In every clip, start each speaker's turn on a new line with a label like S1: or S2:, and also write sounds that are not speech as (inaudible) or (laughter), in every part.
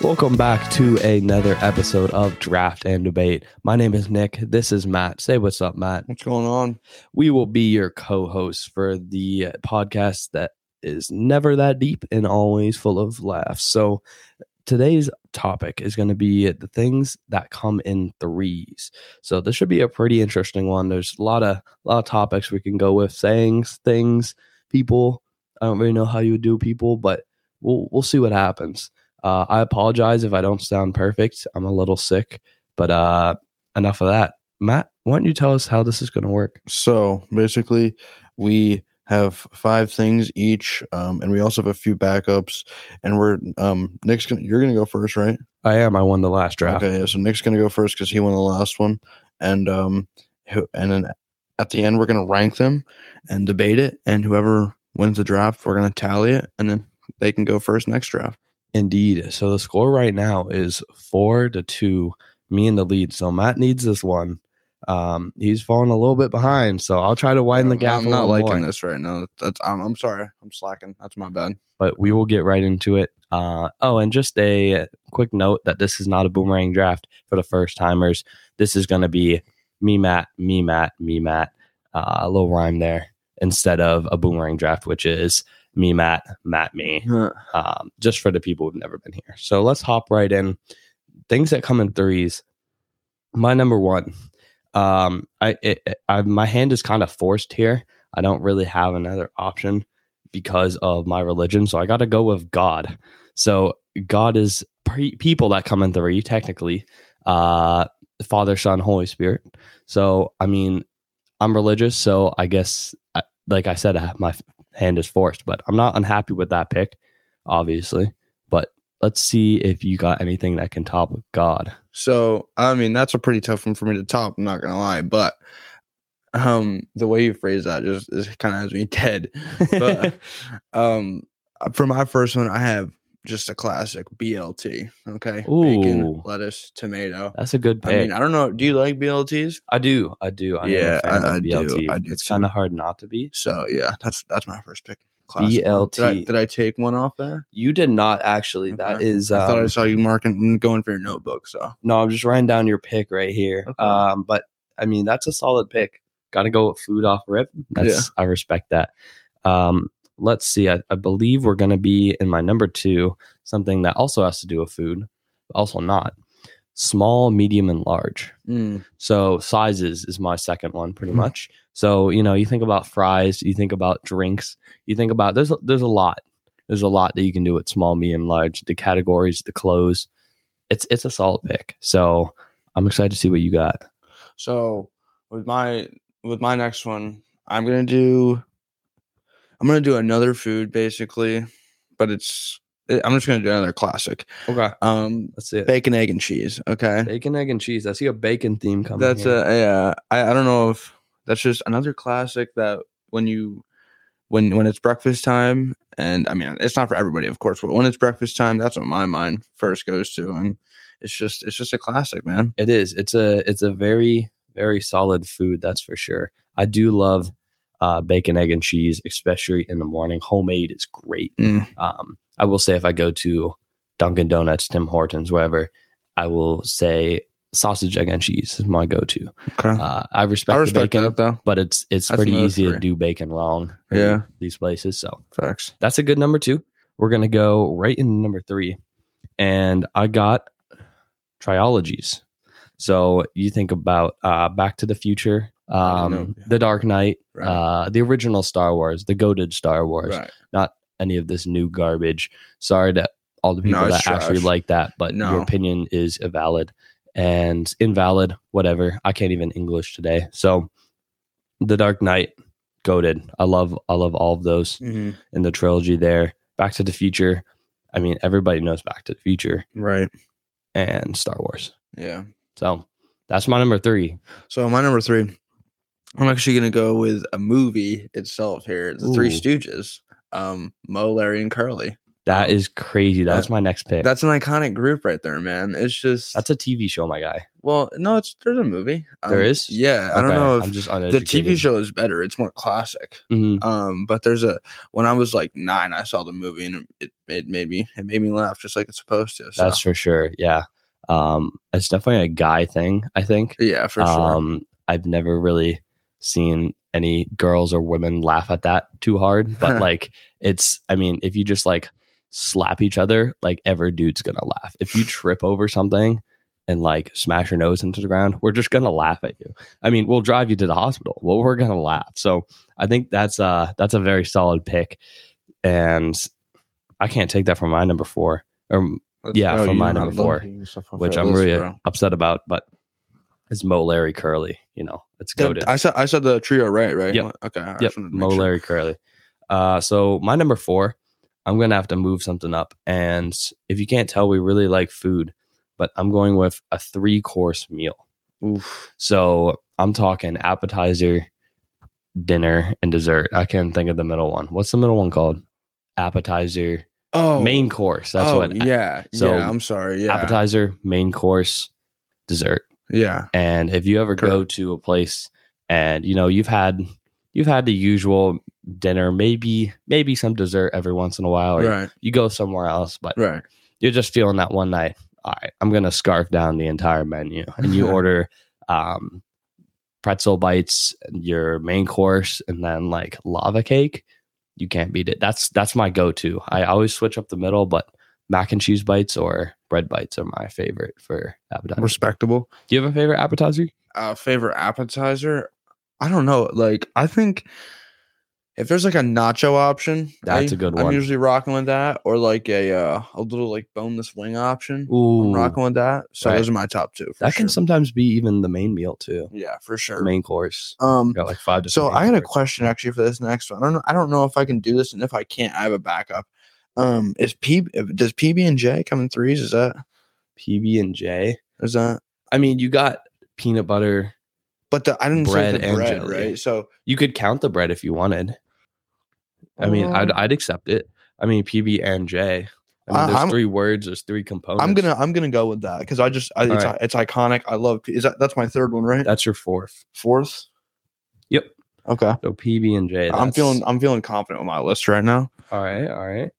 S1: Welcome back to another episode of Draft and Debate. My name is Nick. This is Matt. Say what's up, Matt.
S2: What's going on?
S1: We will be your co hosts for the podcast that is never that deep and always full of laughs. So today's topic is going to be the things that come in threes. So this should be a pretty interesting one. There's a lot of lot of topics we can go with sayings, things, people. I don't really know how you would do people, but we'll we'll see what happens. Uh, I apologize if I don't sound perfect. I'm a little sick, but uh, enough of that. Matt, why don't you tell us how this is going to work?
S2: So basically, we have five things each, um, and we also have a few backups. And we're um, Nick's gonna you're gonna go first, right?
S1: I am. I won the last draft.
S2: Okay, yeah, so Nick's gonna go first because he won the last one, and um, who- and then at the end we're gonna rank them and debate it, and whoever wins the draft, we're gonna tally it, and then they can go first next draft.
S1: Indeed. So the score right now is four to two, me in the lead. So Matt needs this one. Um, he's falling a little bit behind, so I'll try to widen the gap.
S2: I'm not liking this right now. That's I'm, I'm sorry. I'm slacking. That's my bad.
S1: but we will get right into it. Uh, oh, and just a quick note that this is not a boomerang draft for the first timers. This is going to be me, Matt, me, Matt, me, Matt. Uh, a little rhyme there instead of a boomerang draft, which is me, Matt, Matt, me um, just for the people who've never been here. So let's hop right in. Things that come in threes. My number one. Um, I, it, it- I my hand is kind of forced here. I don't really have another option because of my religion, so I got to go with God. So God is pre- people that come in three technically. Uh, Father, Son, Holy Spirit. So I mean, I'm religious, so I guess I, like I said, I have- my hand is forced, but I'm not unhappy with that pick obviously. But let's see if you got anything that can top God.
S2: So, I mean, that's a pretty tough one for me to top. I'm not gonna lie, but um, the way you phrase that just, just kind of has me (laughs) dead. But um, for my first one, I have just a classic BLT. Okay,
S1: Ooh.
S2: bacon, lettuce, tomato.
S1: (laughs) That's a good pick.
S2: I mean, I don't know. Do you like BLTs?
S1: I do, I do. I'm
S2: Yeah,
S1: a fan
S2: I-
S1: of
S2: I do,
S1: BLT.
S2: I do
S1: it's
S2: too.
S1: kind of hard not to be.
S2: So yeah, that's that's my first pick. Classic.
S1: BLT.
S2: Did I, did I take one off there?
S1: You did not actually. That
S2: Okay.
S1: is.
S2: I thought I
S1: um,
S2: saw you marking going for your notebook. So
S1: no, I'm just writing down your pick right here.
S2: Okay.
S1: Um, but I mean, that's a solid pick. Got to go with food off rip. That's I respect that. Um, let's see. I, I believe we're going to be in my number two, something that also has to do with food, but also not small, medium, and large.
S2: mm,
S1: So sizes is my second one, pretty
S2: Mm-hmm.
S1: much. So you know, you think about fries, you think about drinks, you think about there's there's a lot, there's a lot that you can do with small, medium, large. The categories, the clothes, it's it's a solid pick. So I'm excited to see what you got.
S2: So with my with my next one, I'm gonna do I'm gonna do another food basically, but it's eh, I'm just gonna do another classic.
S1: Okay,
S2: Um,
S1: that's it.
S2: bacon, egg, and cheese. Okay,
S1: Bacon, egg, and cheese. I see a bacon theme coming.
S2: that's
S1: here.
S2: a yeah. I, I don't know if that's just another classic that when you when when it's breakfast time, and I mean it's not for everybody, of course, but when it's breakfast time, that's what my mind first goes to, and it's just it's just a classic, man.
S1: It is. It's a it's a very very solid food. That's for sure. I do love uh, bacon, egg, and cheese, especially in the morning. Homemade is great.
S2: Mm.
S1: Um, I will say if I go to Dunkin' Donuts, Tim Hortons, wherever, I will say sausage, egg, and cheese is my go-to.
S2: Okay,
S1: Uh, I respect,
S2: I respect
S1: the bacon,
S2: that though.
S1: but it's it's
S2: That's
S1: pretty
S2: another
S1: easy to
S2: three.
S1: do bacon wrong. in
S2: Yeah.
S1: these places. So
S2: Facts.
S1: that's a good number two. We're gonna go right into number three, and I got triologies. So you think about uh, Back to the Future, um,
S2: know, yeah.
S1: The Dark Knight,
S2: Right.
S1: uh, the original Star Wars, the goaded Star Wars,
S2: Right.
S1: any of this new garbage. Sorry to all the people
S2: No,
S1: that
S2: it's
S1: actually
S2: trash.
S1: like that, but your
S2: No.
S1: opinion is valid and invalid, whatever. I can't even English today. So The Dark Knight, goaded. I love I love all of those
S2: Mm-hmm.
S1: in the trilogy there. Back to the Future. I mean, everybody knows Back to the Future
S2: Right.
S1: and Star Wars.
S2: Yeah.
S1: So that's my number three.
S2: So my number three, I'm actually gonna go with a movie itself here. The Three
S1: Ooh.
S2: Stooges. Um, Mo, Larry, and Curly.
S1: That is crazy. That's my next pick. That's,
S2: That's an iconic group right there, man. It's just
S1: a TV show, my guy.
S2: well, no, it's there's a movie. Um,
S1: There is?
S2: Yeah, I don't
S1: Okay,
S2: know if
S1: I'm just
S2: the
S1: uneducated.
S2: TV show is better. It's more classic.
S1: Mhm.
S2: Um, but there's a when I was like nine, I saw the movie and it, it made me it made me laugh just like it's supposed to. So.
S1: That's for sure. Yeah. Um, it's definitely a guy thing. I think.
S2: yeah, for sure.
S1: Um, I've never really seen any girls or women laugh at that too
S2: (laughs)
S1: hard, but like it's, I mean, if you just like slap each other, like every dude's gonna laugh. If
S2: (sighs)
S1: you trip over something and like smash your nose into the ground, we're just gonna laugh at you. I mean, we'll drive you to the hospital. Well, we're gonna laugh. So I think that's uh that's a very solid pick, and I can't take that from my number four or yeah,
S2: Oh,
S1: from
S2: you
S1: my
S2: know, I
S1: number
S2: love
S1: four,
S2: getting stuff off
S1: which
S2: your
S1: I'm
S2: list,
S1: really
S2: bro.
S1: upset about, but it's Mo Larry Curly. You know, it's goaded.
S2: I said I said the trio right, right?
S1: Yep.
S2: Okay. I
S1: Yep,
S2: just wanted to
S1: Mo
S2: make sure.
S1: Larry Curly. Uh, so my number four, I'm gonna have to move something up, and if you can't tell, we really like food, but I'm going with a three course meal.
S2: Oof.
S1: So I'm talking appetizer, dinner, and dessert. I can't think of the middle one. What's the middle one called? Appetizer,
S2: Oh,
S1: main course. That's
S2: oh,
S1: what.
S2: Yeah.
S1: so,
S2: yeah. I'm sorry. Yeah.
S1: Appetizer, main course, dessert.
S2: Yeah.
S1: And if you ever go
S2: Correct.
S1: to a place and you know you've had you've had the usual dinner, maybe maybe some dessert every once in a while, or
S2: Right.
S1: you go somewhere else, but
S2: Right.
S1: you're just feeling that one night. All right, I'm gonna scarf down the entire menu, and
S2: (laughs)
S1: you order um, pretzel bites, your main course, and then like lava cake. You can't beat it. That's that's my go-to. I always switch up the middle, but mac and cheese bites or bread bites are my favorite for appetizer.
S2: Respectable.
S1: Do you have a favorite appetizer?
S2: uh, favorite appetizer. I don't know. Like, I think if there's like a nacho option,
S1: That's
S2: a
S1: a good
S2: I'm
S1: one.
S2: usually rocking with that, or like a uh, a little like boneless wing option. I'm
S1: Ooh,
S2: rocking with that. So
S1: Right.
S2: those are my top two. For
S1: that
S2: sure.
S1: can sometimes be even the main meal too.
S2: yeah, for
S1: The
S2: sure.
S1: main course.
S2: Um,
S1: Got like five.
S2: so
S1: different
S2: I
S1: main
S2: had a
S1: courses.
S2: question actually for this next one. I don't I don't know if I can do this, and if I can't, I have a backup. Um, is P does PB and J come in threes? Is that
S1: PB and J.
S2: is that?
S1: I mean, you got peanut butter.
S2: But the I didn't
S1: Bread
S2: say the
S1: and
S2: bread,
S1: jelly.
S2: right? So
S1: You could count the bread if you wanted. I mean, I'd, I'd accept it. I mean, PB and J. I mean,
S2: Oh. I-
S1: there's
S2: I'm-
S1: three words. There's three components.
S2: I'm gonna I'm gonna go with that because I just I,
S1: All
S2: it's, it's iconic. I love is that that's my third one, right?
S1: That's your fourth.
S2: Fourth.
S1: Yep.
S2: Okay.
S1: So PB and J.
S2: I'm feeling I'm feeling confident with my list right now.
S1: all right. All right.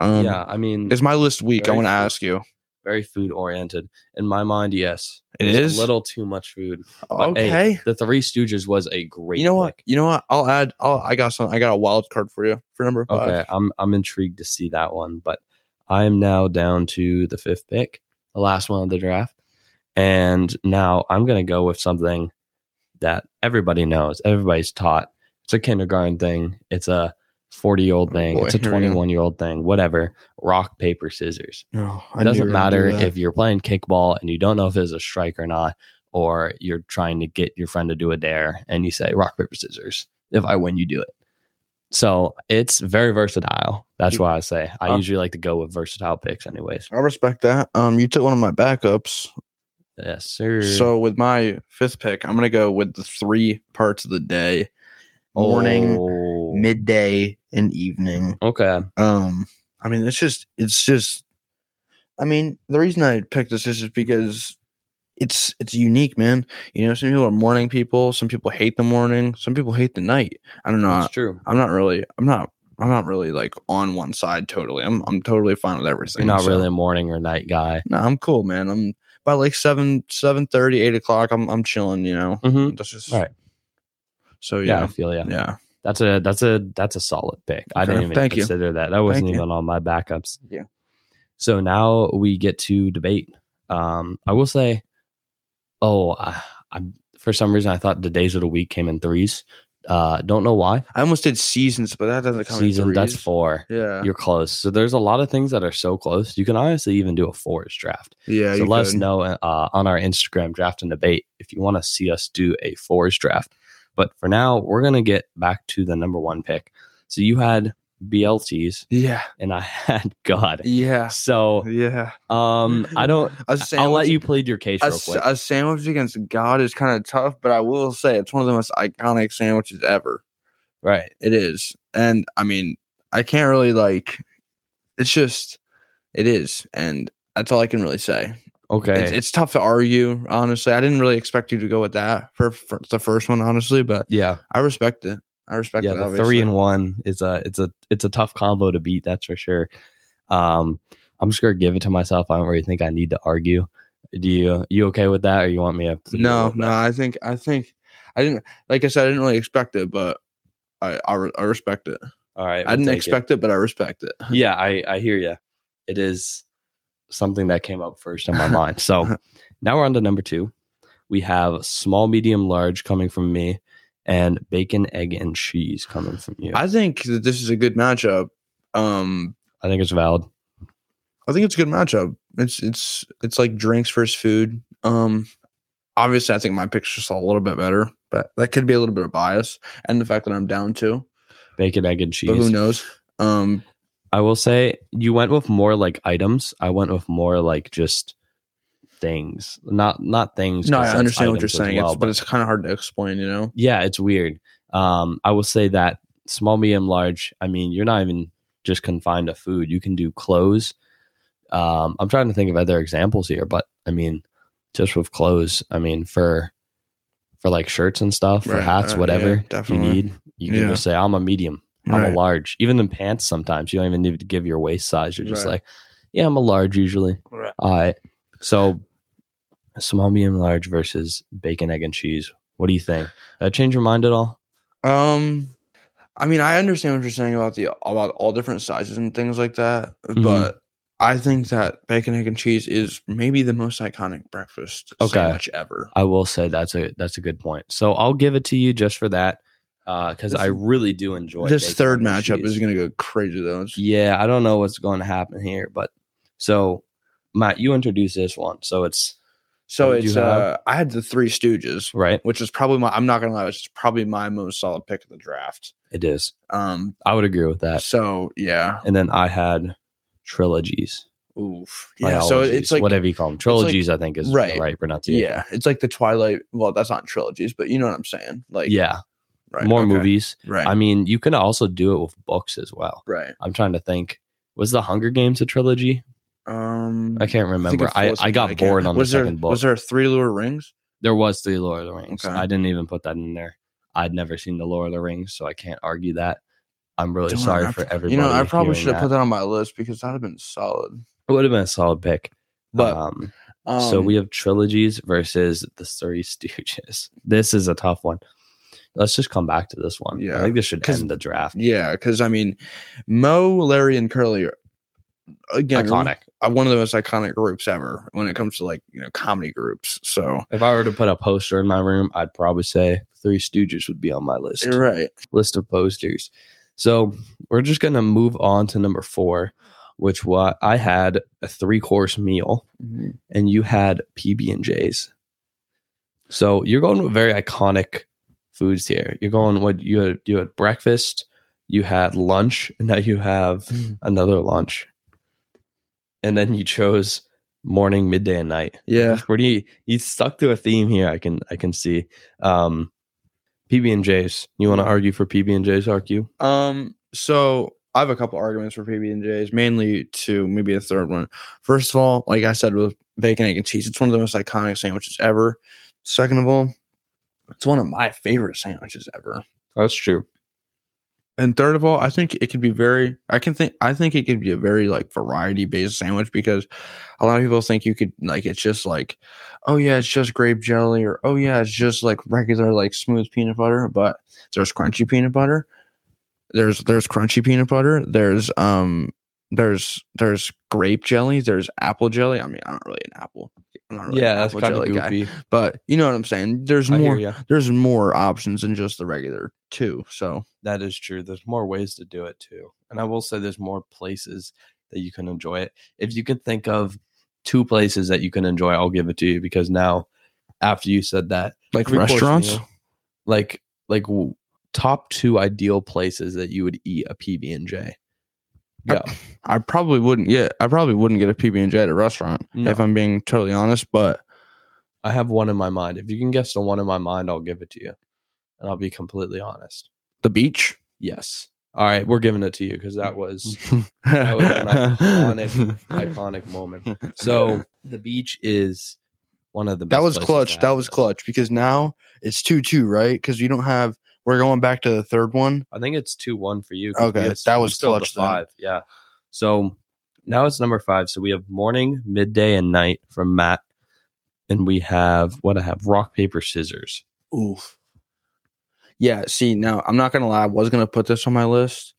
S2: Um,
S1: yeah. I mean,
S2: Is
S1: it's
S2: my list weak? I
S1: Very
S2: want to
S1: cool.
S2: ask you.
S1: very food oriented. In my mind, yes.
S2: It
S1: There's
S2: is?
S1: a little too much food. But, hey,
S2: Okay.
S1: The Three Stooges was a great.
S2: you know what?
S1: pick.
S2: You know what? I'll add. I'll, I got some. I got a wild card for you for number five.
S1: Okay, I'm I'm intrigued to see that one, but I am now down to the fifth pick, the last one of the draft, and now I'm gonna go with something that everybody knows, everybody's taught. It's a kindergarten thing. It's a forty year old thing.
S2: boy,
S1: it's a
S2: here we go.
S1: twenty one year old thing. Whatever. Rock paper scissors.
S2: No, I
S1: It
S2: knew you
S1: doesn't
S2: were gonna do
S1: matter
S2: that.
S1: if you're playing kickball and you don't know if it's a strike or not, or you're trying to get your friend to do a dare and you say rock, paper, scissors. If I win, you do it. So it's very versatile. That's why I say I
S2: Uh,
S1: usually like to go with versatile picks, anyways.
S2: I respect that. Um, you took one of my backups.
S1: Yes, sir.
S2: So with my fifth pick, I'm gonna go with the three parts of the day: morning,
S1: Oh,
S2: midday, and evening.
S1: okay.
S2: Um, I mean, it's just, it's just, I mean, the reason I picked this is just because it's, it's unique, man. You know, some people are morning people. Some people hate the morning. Some people hate the night. I don't know. I-
S1: That's true.
S2: I'm not really, I'm not, I'm not really like on one side totally. I'm, I'm totally fine with everything.
S1: You're not
S2: so-
S1: really a morning or night guy.
S2: No, I'm cool, man. I'm by like seven, seven thirty, eight o'clock. I'm, I'm chilling. You know,
S1: Mhm.
S2: that's just
S1: All right.
S2: So
S1: Yeah, I
S2: Oh, yeah,
S1: feel you.
S2: yeah.
S1: That's a that's a that's a solid pick. I
S2: Okay,
S1: didn't even
S2: thank you.
S1: consider that. That wasn't
S2: Thank you.
S1: even on my backups.
S2: Yeah.
S1: So now we get to debate. Um, I will say, oh, I, I for some reason I thought the days of the week came in threes. Uh, don't know why.
S2: I almost did seasons, but that doesn't come
S1: Season
S2: in
S1: that's
S2: threes.
S1: four.
S2: Yeah,
S1: You're close. So there's a lot of things that are so close. You can honestly even do a fours draft.
S2: yeah.
S1: so
S2: you
S1: let us
S2: could.
S1: know uh, on our Instagram draft and debate if you want to see us do a fours draft. But for now, we're gonna get back to the number one pick. So you had BLTs
S2: Yeah,
S1: and I (laughs) had God.
S2: yeah,
S1: So
S2: yeah.
S1: um,
S2: (laughs)
S1: I don't.
S2: A
S1: I'll let
S2: sandwich-
S1: you plead your case
S2: A,
S1: real
S2: s-
S1: quick.
S2: a sandwich against God is kind of tough, but I will say it's one of the most iconic sandwiches ever.
S1: right.
S2: It is, and I mean, I can't really like. it's just it is, and that's all I can really say.
S1: Okay.
S2: It's, it's tough to argue, honestly. I didn't really expect you to go with that for, for the first one, honestly, but
S1: yeah.
S2: I respect it. I respect
S1: Yeah.
S2: it.
S1: The
S2: obviously.
S1: three and one is a it's a it's a tough combo to beat, that's for sure. Um I'm just gonna give it to myself. I don't really think I need to argue. Do you you okay with that or you want me to to do a
S2: No,
S1: little bit?
S2: no, I think I think I didn't like I said I didn't really expect it, but I I, re- I respect it.
S1: All right.
S2: I
S1: we'll
S2: didn't
S1: take it.
S2: expect it. but I respect it.
S1: yeah i i hear you it is something that came up first
S2: (laughs)
S1: in my mind so now we're on to number two we have small medium large coming from me and bacon egg and cheese coming from you i,
S2: I think that this is a good matchup. Um,
S1: think it's valid
S2: I think it's a good matchup. It's it's it's like drinks versus food. Um, obviously, I think my pick's just a little bit better, but that could be a little bit of bias and the fact that I'm down two.
S1: bacon egg and
S2: But who
S1: cheese
S2: knows? Um,
S1: i will say you went with more like items i went with more like just things not not things
S2: no,
S1: 'cause
S2: I
S1: that's
S2: understand what you're
S1: items as
S2: saying,
S1: well,
S2: it's, but it's kind of hard to explain. You know,
S1: yeah, it's weird. Um, I will say that small, medium, large. I mean, you're not even just confined to food. You can do clothes. Um, I'm trying to think of other examples here, but I mean, just with clothes. I mean, for for like shirts and stuff, for
S2: Right,
S1: hats,
S2: right, yeah,
S1: whatever you
S2: definitely.
S1: need, you can
S2: Yeah.
S1: just say, "I'm a medium. I'm
S2: Right.
S1: a large." Even in pants, sometimes you don't even need to give your waist size. You're just
S2: Right.
S1: like, "Yeah, I'm a large usually."
S2: Right.
S1: All right. Uh, So, small, medium, large versus bacon, egg, and cheese. What do you think? Did I change your mind at all?
S2: Um, I mean, I understand what you're saying about the about all different sizes and things like that,
S1: Mhm.
S2: but I think that bacon, egg, and cheese is maybe the most iconic breakfast
S1: Okay.
S2: sandwich ever.
S1: I will say that's a that's a good point. So I'll give it to you just for that, because
S2: This-
S1: I really do enjoy
S2: this
S1: bacon,
S2: third
S1: egg, and
S2: matchup
S1: cheese.
S2: is gonna go crazy though. It's-
S1: Yeah, I don't know what's going to happen here, but so Matt, you introduced this one, so it's
S2: So
S1: What did you
S2: it's
S1: have?
S2: uh, I had the Three Stooges,
S1: right.
S2: which is probably my. I'm not gonna lie, it's probably my most solid pick of the draft.
S1: It is.
S2: Um,
S1: I would agree with that.
S2: so yeah,
S1: And then I had trilogies.
S2: oof, yeah. So it's
S1: biologies,
S2: like
S1: whatever you call them.
S2: like-
S1: Trilogies, I think, is
S2: right.
S1: the right pronunciation.
S2: yeah, it's like the Twilight. Well, that's not trilogies, but you know what I'm saying. Like
S1: yeah.
S2: right,
S1: More
S2: okay,
S1: movies.
S2: right?
S1: I mean, you can also do it with books as well.
S2: right.
S1: I'm trying to think. Was the Hunger Games a trilogy?
S2: Um,
S1: I can't
S2: think
S1: remember.
S2: it's
S1: I,
S2: four
S1: I
S2: something.
S1: got
S2: can't-
S1: bored on the
S2: was there,
S1: second book.
S2: Was there three lure rings?
S1: There was three Lord of the Rings.
S2: Okay.
S1: I didn't even put that in there. I'd never seen the Lord of the Rings, so I can't argue that. I'm really
S2: Damn,
S1: sorry
S2: I-
S1: for everybody.
S2: You know, I probably
S1: hearing
S2: should have put that on my list because that'd have been solid.
S1: It would have been a solid pick.
S2: But
S1: um,
S2: um,
S1: so we have trilogies versus the Three (laughs) Stooges. This is a tough one. Let's just come back to this one. I
S2: Yeah,
S1: think this should
S2: 'cause-
S1: end the draft.
S2: yeah, because I mean, Mo, Larry, and Curly are again
S1: Iconic.
S2: One, one of the most iconic groups ever when it comes to like you know comedy groups. So
S1: If I were to put a poster in my room, I'd probably say Three Stooges would be on my list. (laughs)
S2: you're right.
S1: list of posters. So we're just gonna move on to number four, which what I had a three course meal and you had PB and J's. So you're going with very iconic foods here. You're going what you had you had breakfast, you had lunch, and now you have another lunch. And then you chose morning, midday, and night
S2: Yeah,
S1: pretty you stuck to a theme here i can i can see um pb&j's you want to argue for pb&j's rq
S2: Um, so I have a couple arguments for PB and J's, mainly to maybe a third one. First of all, like I said, with bacon, egg, and cheese, it's one of the most iconic sandwiches ever. Second of all, it's one of my favorite sandwiches ever.
S1: that's true
S2: And third of all, I think it could be very. I can think. I think it could be a very like variety based sandwich because a lot of people think you could like it's just like, oh yeah, it's just grape jelly, or oh yeah, it's just like regular like smooth peanut butter. But there's crunchy peanut butter. There's there's crunchy peanut butter. There's um there's there's grape jelly. There's apple jelly. I mean, I'm not really an apple. I'm not really
S1: yeah
S2: an
S1: that's
S2: apple
S1: kind of
S2: jelly guy.
S1: goofy
S2: But you know what I'm saying. There's
S1: I hear
S2: more.
S1: ya.
S2: There's more options than just the regular two. So
S1: that is true there's more ways to do it too and i will say there's more places that you can enjoy it if you can think of two places that you can enjoy i'll give it to you because now after you said that
S2: like
S1: three-course
S2: restaurants.
S1: meal, like like w- top two ideal places that you would eat a pb&j yeah
S2: I probably wouldn't get I probably wouldn't get a PB and J at a restaurant
S1: No.
S2: if I'm being totally honest. But
S1: I have one in my mind. If you can guess the one in my mind, I'll give it to you. And I'll be completely honest.
S2: the beach,
S1: Yes. All right, we're giving it to you because that was
S2: (laughs) that
S1: was an iconic-
S2: (laughs)
S1: iconic moment. So the beach is one of the.
S2: That
S1: best
S2: was
S1: places
S2: clutch.
S1: to
S2: That
S1: have
S2: was
S1: it.
S2: clutch because now it's two two, right? Because you don't have. We're going back to the third one.
S1: I think it's two one for you. 'cause
S2: Okay,
S1: it's-
S2: that
S1: we're
S2: was
S1: still up to
S2: clutch then.
S1: five. Yeah. So now it's number five. So we have morning, midday, and night from Matt, and we have what I have rock paper scissors.
S2: Oof. Yeah. See, now I'm not gonna lie. I was gonna put this on my list,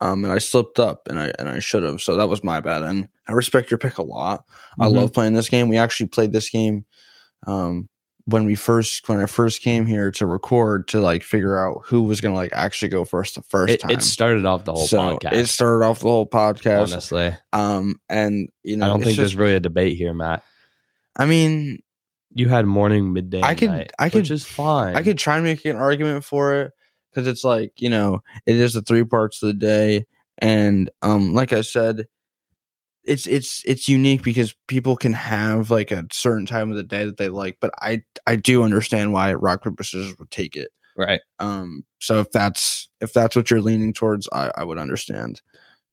S2: um, and I slipped up, and I and I should have. So that was my bad. And I respect your pick a lot. I
S1: Mhm.
S2: love playing this game. We actually played this game, um, when we first when I first came here to record to like figure out who was gonna like actually go first the first
S1: It,
S2: time.
S1: it started off the whole
S2: so
S1: podcast.
S2: it started off the whole podcast.
S1: honestly,
S2: Um, and you know,
S1: I don't
S2: it's
S1: think
S2: just-
S1: there's really a debate here, Matt.
S2: I mean,
S1: You had morning, midday,
S2: I
S1: and
S2: could-
S1: night,
S2: I
S1: which
S2: could-
S1: is fine.
S2: I could try and make an argument for it because it's like you know, it is the three parts of the day, and um, like I said, it's it's it's unique because people can have like a certain time of the day that they like, but I I do understand why rock paper scissors would take it.
S1: right.
S2: Um, so if that's if that's what you're leaning towards, I I would understand.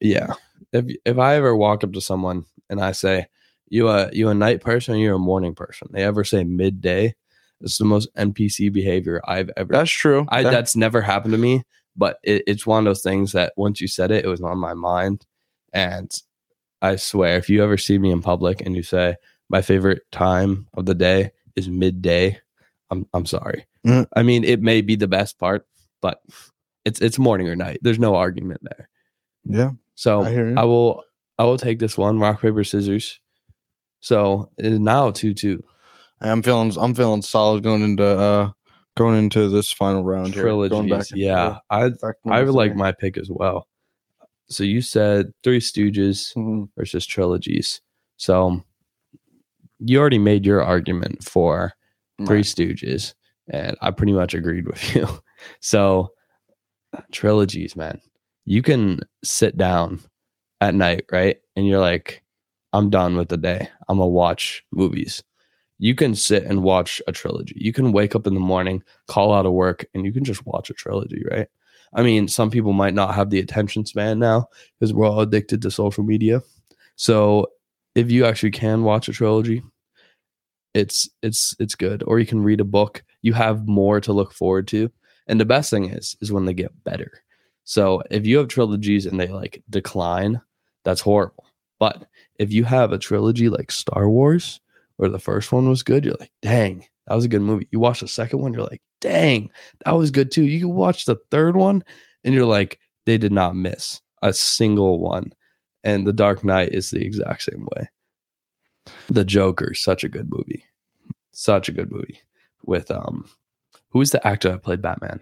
S1: Yeah. If if I ever walk up to someone and I say, "You a you a night person? Or you a morning person?" They ever say midday. It's the most NPC behavior I've ever.
S2: That's true.
S1: I
S2: That-
S1: that's never happened to me, but it, it's one of those things that once you said it, it was on my mind. And I swear, if you ever see me in public and you say my favorite time of the day is midday, I'm I'm sorry.
S2: Mm.
S1: I mean, it may be the best part, but it's it's morning or night. There's no argument there.
S2: yeah.
S1: So
S2: I hear you.
S1: I will I will take this one rock paper scissors. So it is now two two
S2: I'm feeling I'm feeling solid going into uh going into this final round here. Going
S1: trilogies.
S2: and
S1: Yeah, I
S2: forth. Back to
S1: I
S2: number
S1: would like
S2: three.
S1: my pick as well. So you said Three Stooges
S2: Mhm.
S1: versus trilogies. So you already made your argument for Three
S2: Right.
S1: Stooges, and I pretty much agreed with (laughs) you. So trilogies, man, you can sit down at night, right? And you're like, I'm done with the day. I'm gonna watch movies. You can sit and watch a trilogy. You can wake up in the morning, call out of work, and you can just watch a trilogy, right? I mean, some people might not have the attention span now because we're all addicted to social media. So if you actually can watch a trilogy, it's it's it's good. Or you can read a book. You have more to look forward to. And the best thing is is when they get better. So if you have trilogies and they like decline, that's horrible. But if you have a trilogy like Star Wars, where the first one was good, you're like, dang, that was a good movie. You watch the second one, you're like, dang, that was good too. You can watch the third one, and you're like, they did not miss a single one. And The Dark Knight is the exact same way. The Joker, such a good movie, such a good movie. With um, who was the actor that played Batman?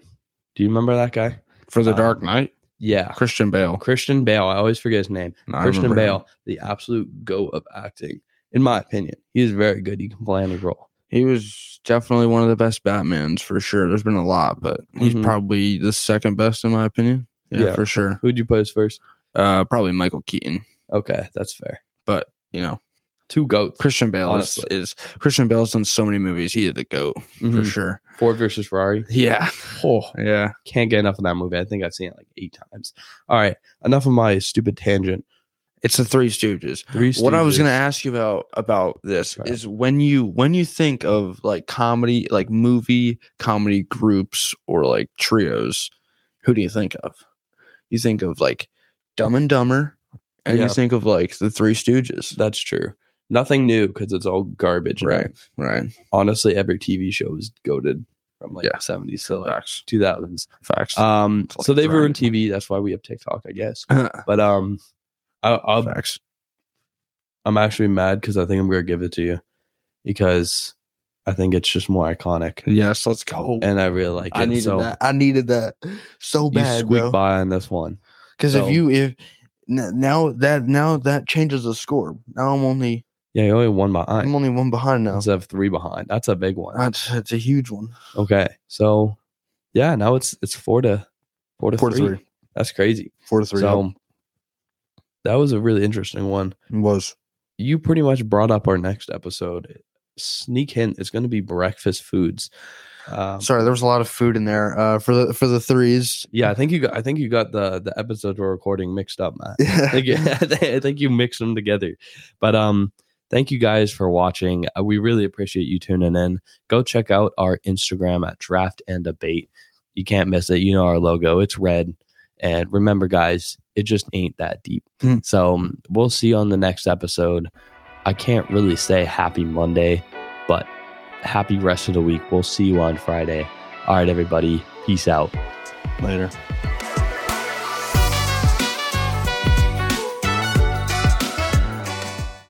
S1: Do you remember that guy?
S2: for the Dark
S1: um,
S2: Knight.
S1: Yeah,
S2: Christian Bale.
S1: Christian Bale. I always forget his name.
S2: No, I
S1: Christian
S2: remember him.
S1: Bale, the absolute goat of acting, in my opinion. He is very good. He can play any role.
S2: He was definitely one of the best Batmans for sure. There's been a lot, but he's
S1: Mhm.
S2: probably the second best in my opinion. Yeah,
S1: Yeah.
S2: for sure.
S1: Who'd you pose first?
S2: Uh, probably Michael Keaton,
S1: Okay, that's fair.
S2: but you know,
S1: Two goats.
S2: Christian Bale is,
S1: Honestly.
S2: is Christian Bale's done so many movies. He is the goat for
S1: Mhm.
S2: sure.
S1: Ford versus Ferrari.
S2: Yeah,
S1: Oh,
S2: yeah.
S1: can't get enough of that movie. I think I've seen it like eight times. All right, enough of my stupid tangent.
S2: It's the Three Stooges.
S1: Three.
S2: what I was
S1: Stooges.
S2: gonna ask you about about this
S1: Right.
S2: is when you when you think of like comedy, like movie comedy groups or like trios, who do you think of? You think of like Dumb and Dumber, and
S1: Yeah.
S2: you think of like the Three Stooges,
S1: That's true. Nothing new because it's all garbage. now.
S2: Right.
S1: Honestly, every TV show is goaded from like
S2: Yeah.
S1: seventies to like
S2: Facts.
S1: two thousands.
S2: Facts.
S1: Um,
S2: It's like
S1: so they've
S2: grinding.
S1: ruined TV. That's why we have TikTok, I guess.
S2: (clears throat)
S1: But um, I, I'll
S2: Uh, Facts.
S1: I'm actually mad because I think I'm gonna give it to you because I think it's just more iconic
S2: Yes, let's go.
S1: and I really like it.
S2: Oh, I needed
S1: so
S2: that. I needed that so
S1: you
S2: bad,
S1: squeak
S2: bro.
S1: by on this one.
S2: Because
S1: So-
S2: if you if n- now that now that changes the score. Now I'm only
S1: Yeah, you only have one behind.
S2: I'm only one behind now.
S1: Instead of three behind. That's a big one.
S2: That's it's a huge one.
S1: Okay. So yeah, now it's it's four to four to, three. That's crazy.
S2: Four to three.
S1: so that was a really interesting one.
S2: yep. was
S1: You pretty much brought up our next episode. Sneak hint, it's gonna be breakfast foods. Um,
S2: Sorry, there was a lot of food in there. Uh, for the for the threes. (laughs)
S1: yeah, I think you got. I think you got the the episodes we're recording mixed up, Matt.
S2: (laughs)
S1: I
S2: Yeah.
S1: think, you- (laughs) I think you mixed them together. But um, thank you guys for watching. Uh, We really appreciate you tuning in. Go check out our Instagram at Draft and Debate. You can't miss it. You know our logo. It's red. And remember, guys, it just ain't that deep.
S2: Hmm.
S1: So um, we'll see you on the next episode. I can't really say happy Monday, but happy rest of the week. We'll see you on Friday. All right, everybody. Peace out.
S2: Later.